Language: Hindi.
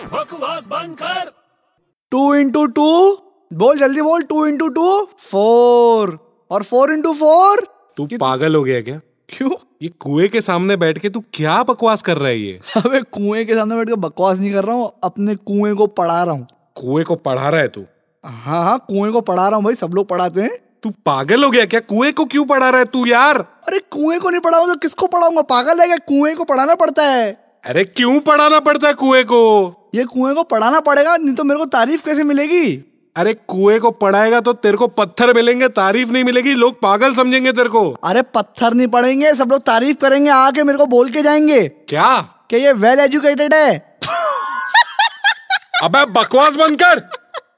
आवाज बंद कर टू इंटू टू बोल जल्दी बोल टू इंटू टू फोर और फोर इंटू फोर तू पागल हो गया क्या क्यों ये कुएं के सामने बैठ के तू क्या बकवास कर रहा है ये अबे कुएं के सामने बैठ के बकवास नहीं कर रहा हूँ अपने कुएं को पढ़ा रहा हूँ कुएं को पढ़ा रहा है तू हाँ हाँ कुएं को पढ़ा रहा हूँ भाई सब लोग पढ़ाते हैं तू पागल हो गया क्या कुएं को क्यों पढ़ा रहा है तू यार अरे कुएं को नहीं पढ़ाऊंगा तो किसको पढ़ाऊंगा पागल है क्या कुएं को पढ़ाना पड़ता है अरे क्यों पढ़ाना पड़ता है कुएं को ये कुएं को पढ़ाना पड़ेगा नहीं तो मेरे को तारीफ कैसे मिलेगी अरे कुएं को पढ़ाएगा तो तेरे को पत्थर मिलेंगे तारीफ नहीं मिलेगी लोग पागल समझेंगे तेरे को अरे पत्थर नहीं पड़ेंगे सब लोग तारीफ करेंगे आके मेरे को बोल के जाएंगे क्या कि ये वेल एजुकेटेड है अबे बकवास बंद कर